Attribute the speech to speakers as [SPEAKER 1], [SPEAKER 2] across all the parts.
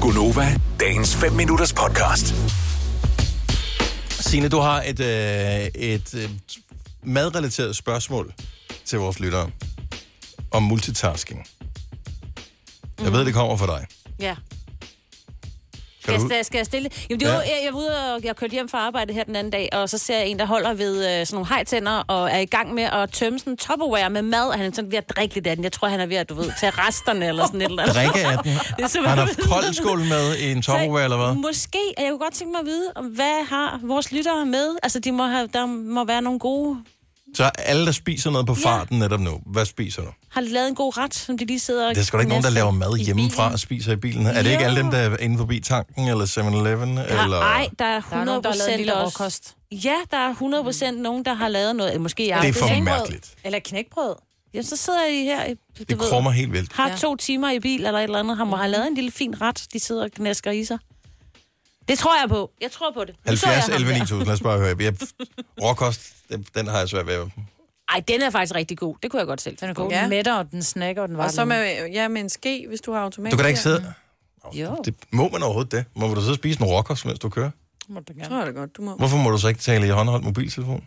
[SPEAKER 1] Gunova, dagens 5 minutters podcast.
[SPEAKER 2] Signe, du har et, øh, et øh, madrelateret spørgsmål til vores lyttere om multitasking. Jeg ved, det kommer fra dig.
[SPEAKER 3] Ja.
[SPEAKER 2] Kan
[SPEAKER 3] Skal
[SPEAKER 2] du-
[SPEAKER 3] Mm. jeg, skal jeg stille? Jamen, det var,
[SPEAKER 2] Ja.
[SPEAKER 3] ja. jeg, jeg var ude og jeg kørte hjem fra arbejde her den anden dag, og så ser jeg en, der holder ved øh, sådan nogle hejtænder, og er i gang med at tømme sådan en topperware med mad, og han er sådan ved at drikke lidt af den. Jeg tror, han er ved at, du ved, tage resterne eller sådan et eller andet.
[SPEAKER 2] Drikke af den.
[SPEAKER 3] Det er
[SPEAKER 2] Har han
[SPEAKER 3] simpelthen-
[SPEAKER 2] haft koldskål med i en topperware, eller hvad?
[SPEAKER 3] Måske, og jeg kunne godt tænke mig at vide, om hvad har vores lyttere med? Altså, de må have, der må være nogle gode,
[SPEAKER 2] Så alle, der spiser noget på farten netop nu, hvad spiser du?
[SPEAKER 3] har lavet en god ret, som de lige sidder og...
[SPEAKER 2] Der er sgu da ikke nogen, der
[SPEAKER 3] gnasser
[SPEAKER 2] laver mad
[SPEAKER 3] i
[SPEAKER 2] hjemmefra
[SPEAKER 3] bilen.
[SPEAKER 2] og spiser i bilen. Er det ikke
[SPEAKER 3] Jo.
[SPEAKER 2] alle dem, der er inde forbi tanken, eller 7-Eleven, eller...
[SPEAKER 3] Nej, der er 100%
[SPEAKER 4] Der er nogen, der har lavet en lille
[SPEAKER 3] også-
[SPEAKER 4] råkost.
[SPEAKER 3] Ja, der er 100% nogen, der har lavet noget. eller Måske jeg.
[SPEAKER 2] Det er for
[SPEAKER 4] Knækbrød.
[SPEAKER 2] mærkeligt.
[SPEAKER 4] Eller knækbrød.
[SPEAKER 3] Jamen, så sidder I her, i- du
[SPEAKER 2] Det
[SPEAKER 3] ved,
[SPEAKER 2] krummer helt vildt.
[SPEAKER 3] har
[SPEAKER 4] Ja.
[SPEAKER 3] to timer i bil eller et eller andet, har må have lavet en lille fin ret, de sidder og gnæsker i sig. Det tror jeg på. Jeg tror på det. Nu så jeg
[SPEAKER 2] 70,
[SPEAKER 3] ham
[SPEAKER 2] 11,
[SPEAKER 3] der.
[SPEAKER 2] 9000, lad os bare høre. Jeg, råkost, den- den har jeg svært ved. at-
[SPEAKER 3] Ej, den er faktisk rigtig god. Det kunne jeg godt selv. Den er
[SPEAKER 4] God,
[SPEAKER 3] god.
[SPEAKER 4] ja.
[SPEAKER 5] Ja.
[SPEAKER 4] mætter, og den snakker, og den var
[SPEAKER 5] Og så med, ja, med en ske, hvis du har automat.
[SPEAKER 2] Du kan da ikke sidde...
[SPEAKER 3] Jo.
[SPEAKER 2] Det, må man overhovedet det? Må du så spise en råkost, mens du kører?
[SPEAKER 5] Må du
[SPEAKER 4] Ja.
[SPEAKER 5] gerne.
[SPEAKER 4] Tror
[SPEAKER 5] Ja.
[SPEAKER 4] jeg da godt, du må.
[SPEAKER 2] Hvorfor må du så ikke tale i håndholdt mobiltelefon?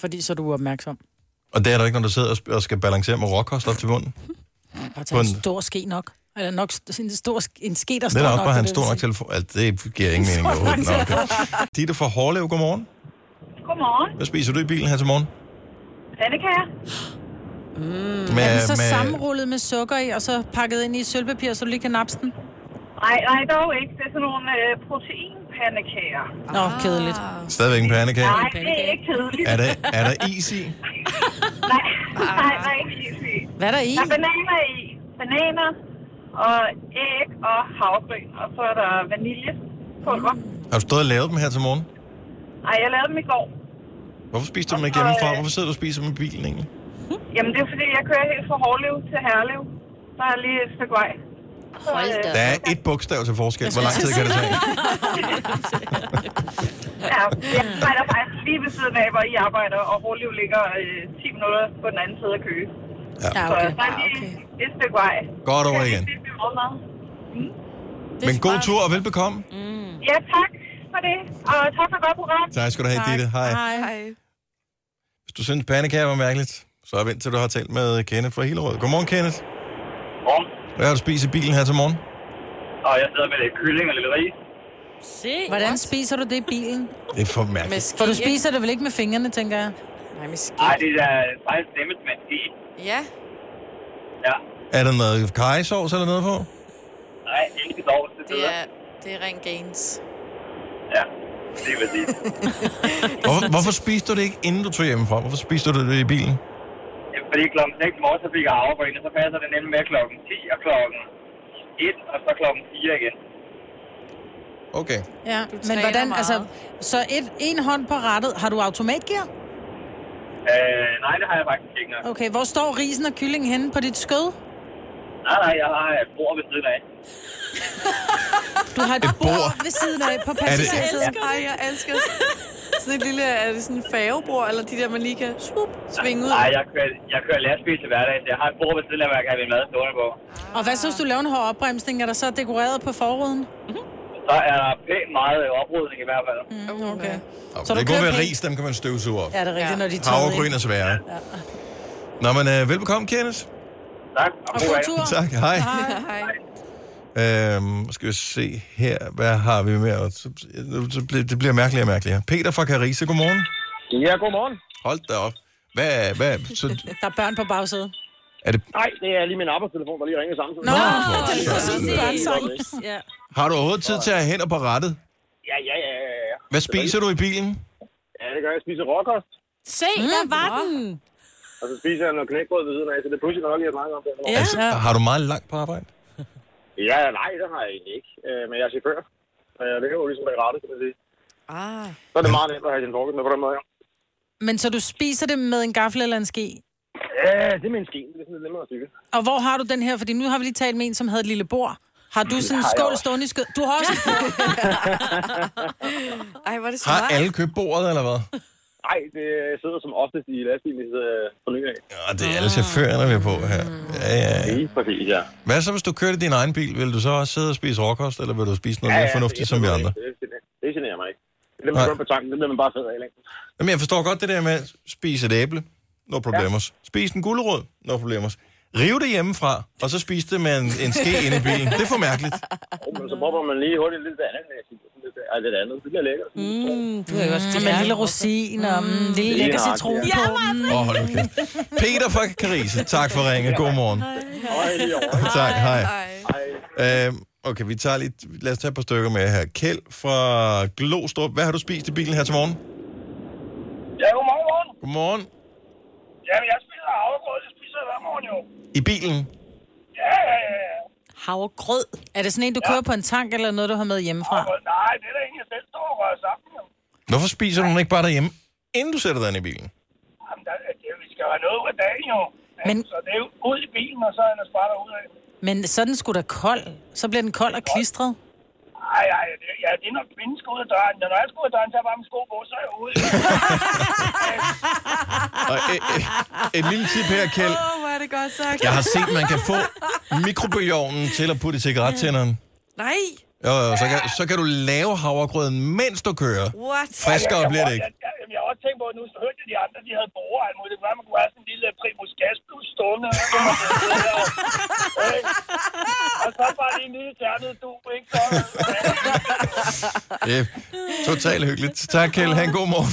[SPEAKER 5] Fordi så er du opmærksom.
[SPEAKER 2] Og det er der ikke, når du sidder og sp- og skal balancere med råkost op til munden.
[SPEAKER 5] Bare tage en
[SPEAKER 2] Kun-
[SPEAKER 5] stor ske nok. Eller nok st- en, stor, ske- en ske, der
[SPEAKER 2] Det
[SPEAKER 5] står
[SPEAKER 2] er
[SPEAKER 5] nok.
[SPEAKER 2] da også bare
[SPEAKER 5] det
[SPEAKER 2] at have en
[SPEAKER 5] vil
[SPEAKER 2] stor nok
[SPEAKER 5] sige.
[SPEAKER 2] telefon. Altså, det giver ingen mening overhovedet. Nå, okay. Ditte fra Hårlev, godmorgen.
[SPEAKER 6] Godmorgen.
[SPEAKER 2] Hvad spiser du i bilen her til
[SPEAKER 5] Mm.
[SPEAKER 2] morgen?
[SPEAKER 6] Pandekager.
[SPEAKER 2] Med,
[SPEAKER 5] Er den så sammenrullet med sukker i, og så pakket ind i sølvpapir, så du lige kan napse den?
[SPEAKER 6] Nej, nej, dog ikke. Det er sådan nogle øh, proteinpandekager.
[SPEAKER 5] Nå, kedeligt.
[SPEAKER 3] Ah.
[SPEAKER 2] stadigvæk en pandekage.
[SPEAKER 6] Nej, det er ikke kedeligt.
[SPEAKER 2] Er der, er der is i?
[SPEAKER 6] Nej, nej, nej, ikke helt vildt.
[SPEAKER 5] Hvad er der i?
[SPEAKER 6] Der er bananer i. Bananer og æg og havregryn. Og så er der vaniljepulver.
[SPEAKER 2] Har du stået og lavet dem her til morgen?
[SPEAKER 6] Ej, jeg lavede dem i går.
[SPEAKER 2] Hvorfor spiser du dem ikke hjemmefra? Hvorfor sidder du og spiser dem i bilen egentlig?
[SPEAKER 6] Jamen, det er fordi, jeg kører helt fra Hårlev til Herlev. Der er lige et stykke vej. Så, øh,
[SPEAKER 3] Hold da.
[SPEAKER 2] Der er et bogstav til forskel. Hvor lang tid kan det tage?
[SPEAKER 6] ja, jeg arbejder faktisk lige ved siden af, hvor I arbejder, og Hårlev ligger øh, 10 minutter på den anden side af Køge.
[SPEAKER 4] Ja,
[SPEAKER 6] Så
[SPEAKER 4] okay.
[SPEAKER 6] der er lige et stykke vej.
[SPEAKER 2] Godt over igen.
[SPEAKER 6] Det er morgenmad.
[SPEAKER 2] Men god tur og velbekomme.
[SPEAKER 6] Ja, tak for det. Og tak for godt program.
[SPEAKER 2] Tak skal du have, Ditte. Hej.
[SPEAKER 4] Hej.
[SPEAKER 2] Hvis du synes, pandekager var mærkeligt, så vent til du har talt med Kenneth fra Hillerød. Godmorgen, Kenneth.
[SPEAKER 7] Morgen.
[SPEAKER 2] Hvad har du spist i bilen her til morgen?
[SPEAKER 7] Og jeg sidder med lidt kylling og lidt ris.
[SPEAKER 3] Se.
[SPEAKER 5] Hvordan spiser du det i bilen?
[SPEAKER 2] Det er for mærkeligt.
[SPEAKER 4] ske,
[SPEAKER 5] For du spiser det vel ikke med fingrene, tænker jeg?
[SPEAKER 4] ikke? Nej, med ske.
[SPEAKER 7] Nej, det er faktisk nemmest med en ski.
[SPEAKER 4] Ja.
[SPEAKER 7] Ja.
[SPEAKER 2] Er der noget kajsovs eller noget på?
[SPEAKER 7] Nej, ikke dårligt. Det,
[SPEAKER 4] Det
[SPEAKER 7] det
[SPEAKER 4] er, det er ren gains.
[SPEAKER 7] Ja, det vil sige.
[SPEAKER 2] Hvorfor, hvorfor spiste du det ikke, inden du tog hjemmefra? Hvorfor spiste du det i bilen?
[SPEAKER 7] Ja, Fordi klokken 6 i morgen, så fik jeg afbøjende, så passer det nemlig med klokken 10 og klokken 1, og så klokken 4 igen.
[SPEAKER 2] Okay.
[SPEAKER 5] Ja, men
[SPEAKER 4] træner
[SPEAKER 5] hvordan,
[SPEAKER 4] meget.
[SPEAKER 5] altså, så et, en hånd på rattet. Har du automatgear?
[SPEAKER 7] Øh, nej, det har jeg faktisk ikke nok.
[SPEAKER 5] Okay, hvor står risen og kyllingen henne på dit skød?
[SPEAKER 7] Nej, nej, jeg har et bord ved siden af.
[SPEAKER 5] Du har et,
[SPEAKER 2] Et bord.
[SPEAKER 5] bord ved siden af på passagersædet.
[SPEAKER 4] Ej, jeg elsker sådan et lille, er det sådan en færgebord, eller de der, man lige kan swoop, svinge ud?
[SPEAKER 7] Nej, jeg kører, jeg kører lastbil til hverdag, så jeg har et bord ved siden af, hvor jeg kan have min mad stående på.
[SPEAKER 5] Og hvad synes du, laver en hård opbremsning? Er der så dekoreret på forruden?
[SPEAKER 7] Så er der pænt meget øh, oprydning i hvert fald. Mm.
[SPEAKER 5] Okay.
[SPEAKER 2] Så
[SPEAKER 5] Så
[SPEAKER 2] det
[SPEAKER 5] du
[SPEAKER 2] kunne
[SPEAKER 5] kører
[SPEAKER 2] være
[SPEAKER 5] pænt?
[SPEAKER 2] ris, dem kan man støvsuge op.
[SPEAKER 5] Ja, det er rigtigt,
[SPEAKER 4] Ja.
[SPEAKER 5] når de tager
[SPEAKER 2] Havregryn
[SPEAKER 5] ind.
[SPEAKER 2] er svære. Nå, men øh, velbekomme, Kenneth.
[SPEAKER 7] Tak, og,
[SPEAKER 5] Og
[SPEAKER 7] god
[SPEAKER 5] god
[SPEAKER 7] dag.
[SPEAKER 5] tur.
[SPEAKER 2] Tak, hej.
[SPEAKER 4] Hej.
[SPEAKER 2] Øhm, skal vi se her, hvad har vi med? os? Så- så- så bliver- Det bliver mærkeligere og mærkeligere. Peter fra Carise, godmorgen.
[SPEAKER 7] Ja, godmorgen.
[SPEAKER 2] Hold da op. Hvad, hvad, så
[SPEAKER 5] Der er børn på bagsædet.
[SPEAKER 2] er det
[SPEAKER 7] Nej, det er lige min arbejdstelefon, der lige ringer samtidig.
[SPEAKER 5] Nå,
[SPEAKER 2] hvor
[SPEAKER 5] det lyder som en børnsang.
[SPEAKER 3] Ja.
[SPEAKER 2] Har du overhovedet tid til at have hænder på rettet?
[SPEAKER 7] Ja, ja, ja, ja, ja.
[SPEAKER 2] Hvad spiser du i bilen?
[SPEAKER 7] Ja, det gør jeg. Jeg spiser råkost,
[SPEAKER 3] Se,
[SPEAKER 5] Mm.
[SPEAKER 3] der var den.
[SPEAKER 7] og så spiser jeg noget knækbrød ved siden af, så det er pludselig nok lige at snakke om det.
[SPEAKER 3] Ja.
[SPEAKER 2] Altså, har du meget langt på arbejde?
[SPEAKER 7] Ja, nej, det har jeg egentlig ikke. Øh, Men jeg er chauffør, og jeg ligger jo ligesom bag rattet, kan man sige.
[SPEAKER 4] Ah.
[SPEAKER 7] Så er det meget nemt at have sin frokost med på den måde. her.
[SPEAKER 5] Men så du spiser det med en gaffel eller en ske?
[SPEAKER 7] Ja, det er min ske. Det er sådan lidt nemmere at cykle.
[SPEAKER 5] Og hvor har du den her? Fordi nu har vi lige talt med en, som havde et lille bord. Har du sådan en
[SPEAKER 7] har jeg
[SPEAKER 5] skål
[SPEAKER 7] også.
[SPEAKER 5] stående i skød? Du har også et bord.
[SPEAKER 4] Ej, hvor er det
[SPEAKER 2] Har
[SPEAKER 4] smart.
[SPEAKER 2] alle købt bordet, eller hvad?
[SPEAKER 8] Nej, det sidder som oftest i lastbilen øh, fra ny af.
[SPEAKER 2] Og det er alle chaufførerne, vi er på her. Ja, ja, ja.
[SPEAKER 8] Lige præcis, ja.
[SPEAKER 2] Hvad så, hvis du kørte din egen bil? Vil du så også sidde og spise råkost, eller vil du spise noget ja, mere fornuftigt som vi andre?
[SPEAKER 8] Det, det, det generer mig ikke. Det bliver man
[SPEAKER 2] Nej.
[SPEAKER 8] kun på tanken, det bliver man bare fed af i længden.
[SPEAKER 2] Jamen, jeg forstår godt det der med, spise et æble, no problemos. Spis en gulerod, no problemos. Riv det hjemmefra, og så spis det med en, en ske inde i bilen. Det er for mærkeligt.
[SPEAKER 8] Jo, men så prøver man lige hurtigt lidt andet, jeg siger, lidt, ej, lidt andet. Det bliver lækkert. Mm.
[SPEAKER 5] Du har jo også mm, med en lille rosin og mm, en lille
[SPEAKER 8] Det er
[SPEAKER 5] lækker
[SPEAKER 8] nøjagtigt,
[SPEAKER 5] citron
[SPEAKER 8] ja.
[SPEAKER 5] på. Mm.
[SPEAKER 2] Åh, oh, hold nu kæft. Peter fra Carise, tak for ringet. God morgen.
[SPEAKER 8] Øj, lige over. ikke?
[SPEAKER 2] Tak, hej.
[SPEAKER 8] Ej,
[SPEAKER 2] Øhm, okay, vi tager lidt, lad os tage et par stykker med her. Kjeld fra Glostrup, hvad har du spist i bilen her til morgen?
[SPEAKER 7] Ja, godmorgen, morgen.
[SPEAKER 2] Godmorgen.
[SPEAKER 7] Jamen, jeg spiser havregrød, det spiser jeg hver morgen jo.
[SPEAKER 2] I bilen?
[SPEAKER 7] Ja, ja, ja, ja.
[SPEAKER 3] Havregrød.
[SPEAKER 5] Er det sådan en, du kører på en tank, eller noget, du har med hjemmefra?
[SPEAKER 7] Havregrød, nej, det er da egentlig, jeg selv står og rører sammen jo.
[SPEAKER 2] Hvorfor spiser du den ikke bare derhjemme, inden du sætter dig ind i bilen?
[SPEAKER 7] Jamen, der, det, vi skal jo have noget ud af dagen jo. Altså,
[SPEAKER 5] Men-
[SPEAKER 7] Så det er jo ud i bilen, og så er han sparer ud af.
[SPEAKER 5] Men så er den sgu da kold. Så bliver den kold og klistret.
[SPEAKER 7] Ej, ej, det, ja, det er når kvinden skal ud af døren. Når jeg skal ud af døren, tager jeg bare min sko på, så er jeg ude.
[SPEAKER 2] Og et, et, et lille tip her, Kjeld.
[SPEAKER 4] Åh, hvor er det godt sagt.
[SPEAKER 2] Jeg har set, man kan få mikrobølgeovnen til at putte i cigarettænderen.
[SPEAKER 4] Nej,
[SPEAKER 2] Jo, jo, så kan, så kan du lave havregrøden, mens du kører.
[SPEAKER 4] what?
[SPEAKER 2] Friskere bliver det ikke.
[SPEAKER 7] Jeg, jeg, jeg, jeg, har også tænkt på, at nu så hørte jeg, de andre, de havde borger og alt muligt. Det kunne være, man kunne have sådan en lille primus gasplus stående. og så kunne man sidde der og- ikke? Og så bare lige en lille ternet du, ikke? Så,
[SPEAKER 2] Det er totalt hyggeligt. Tak, Kjeld. Ha' en god morgen.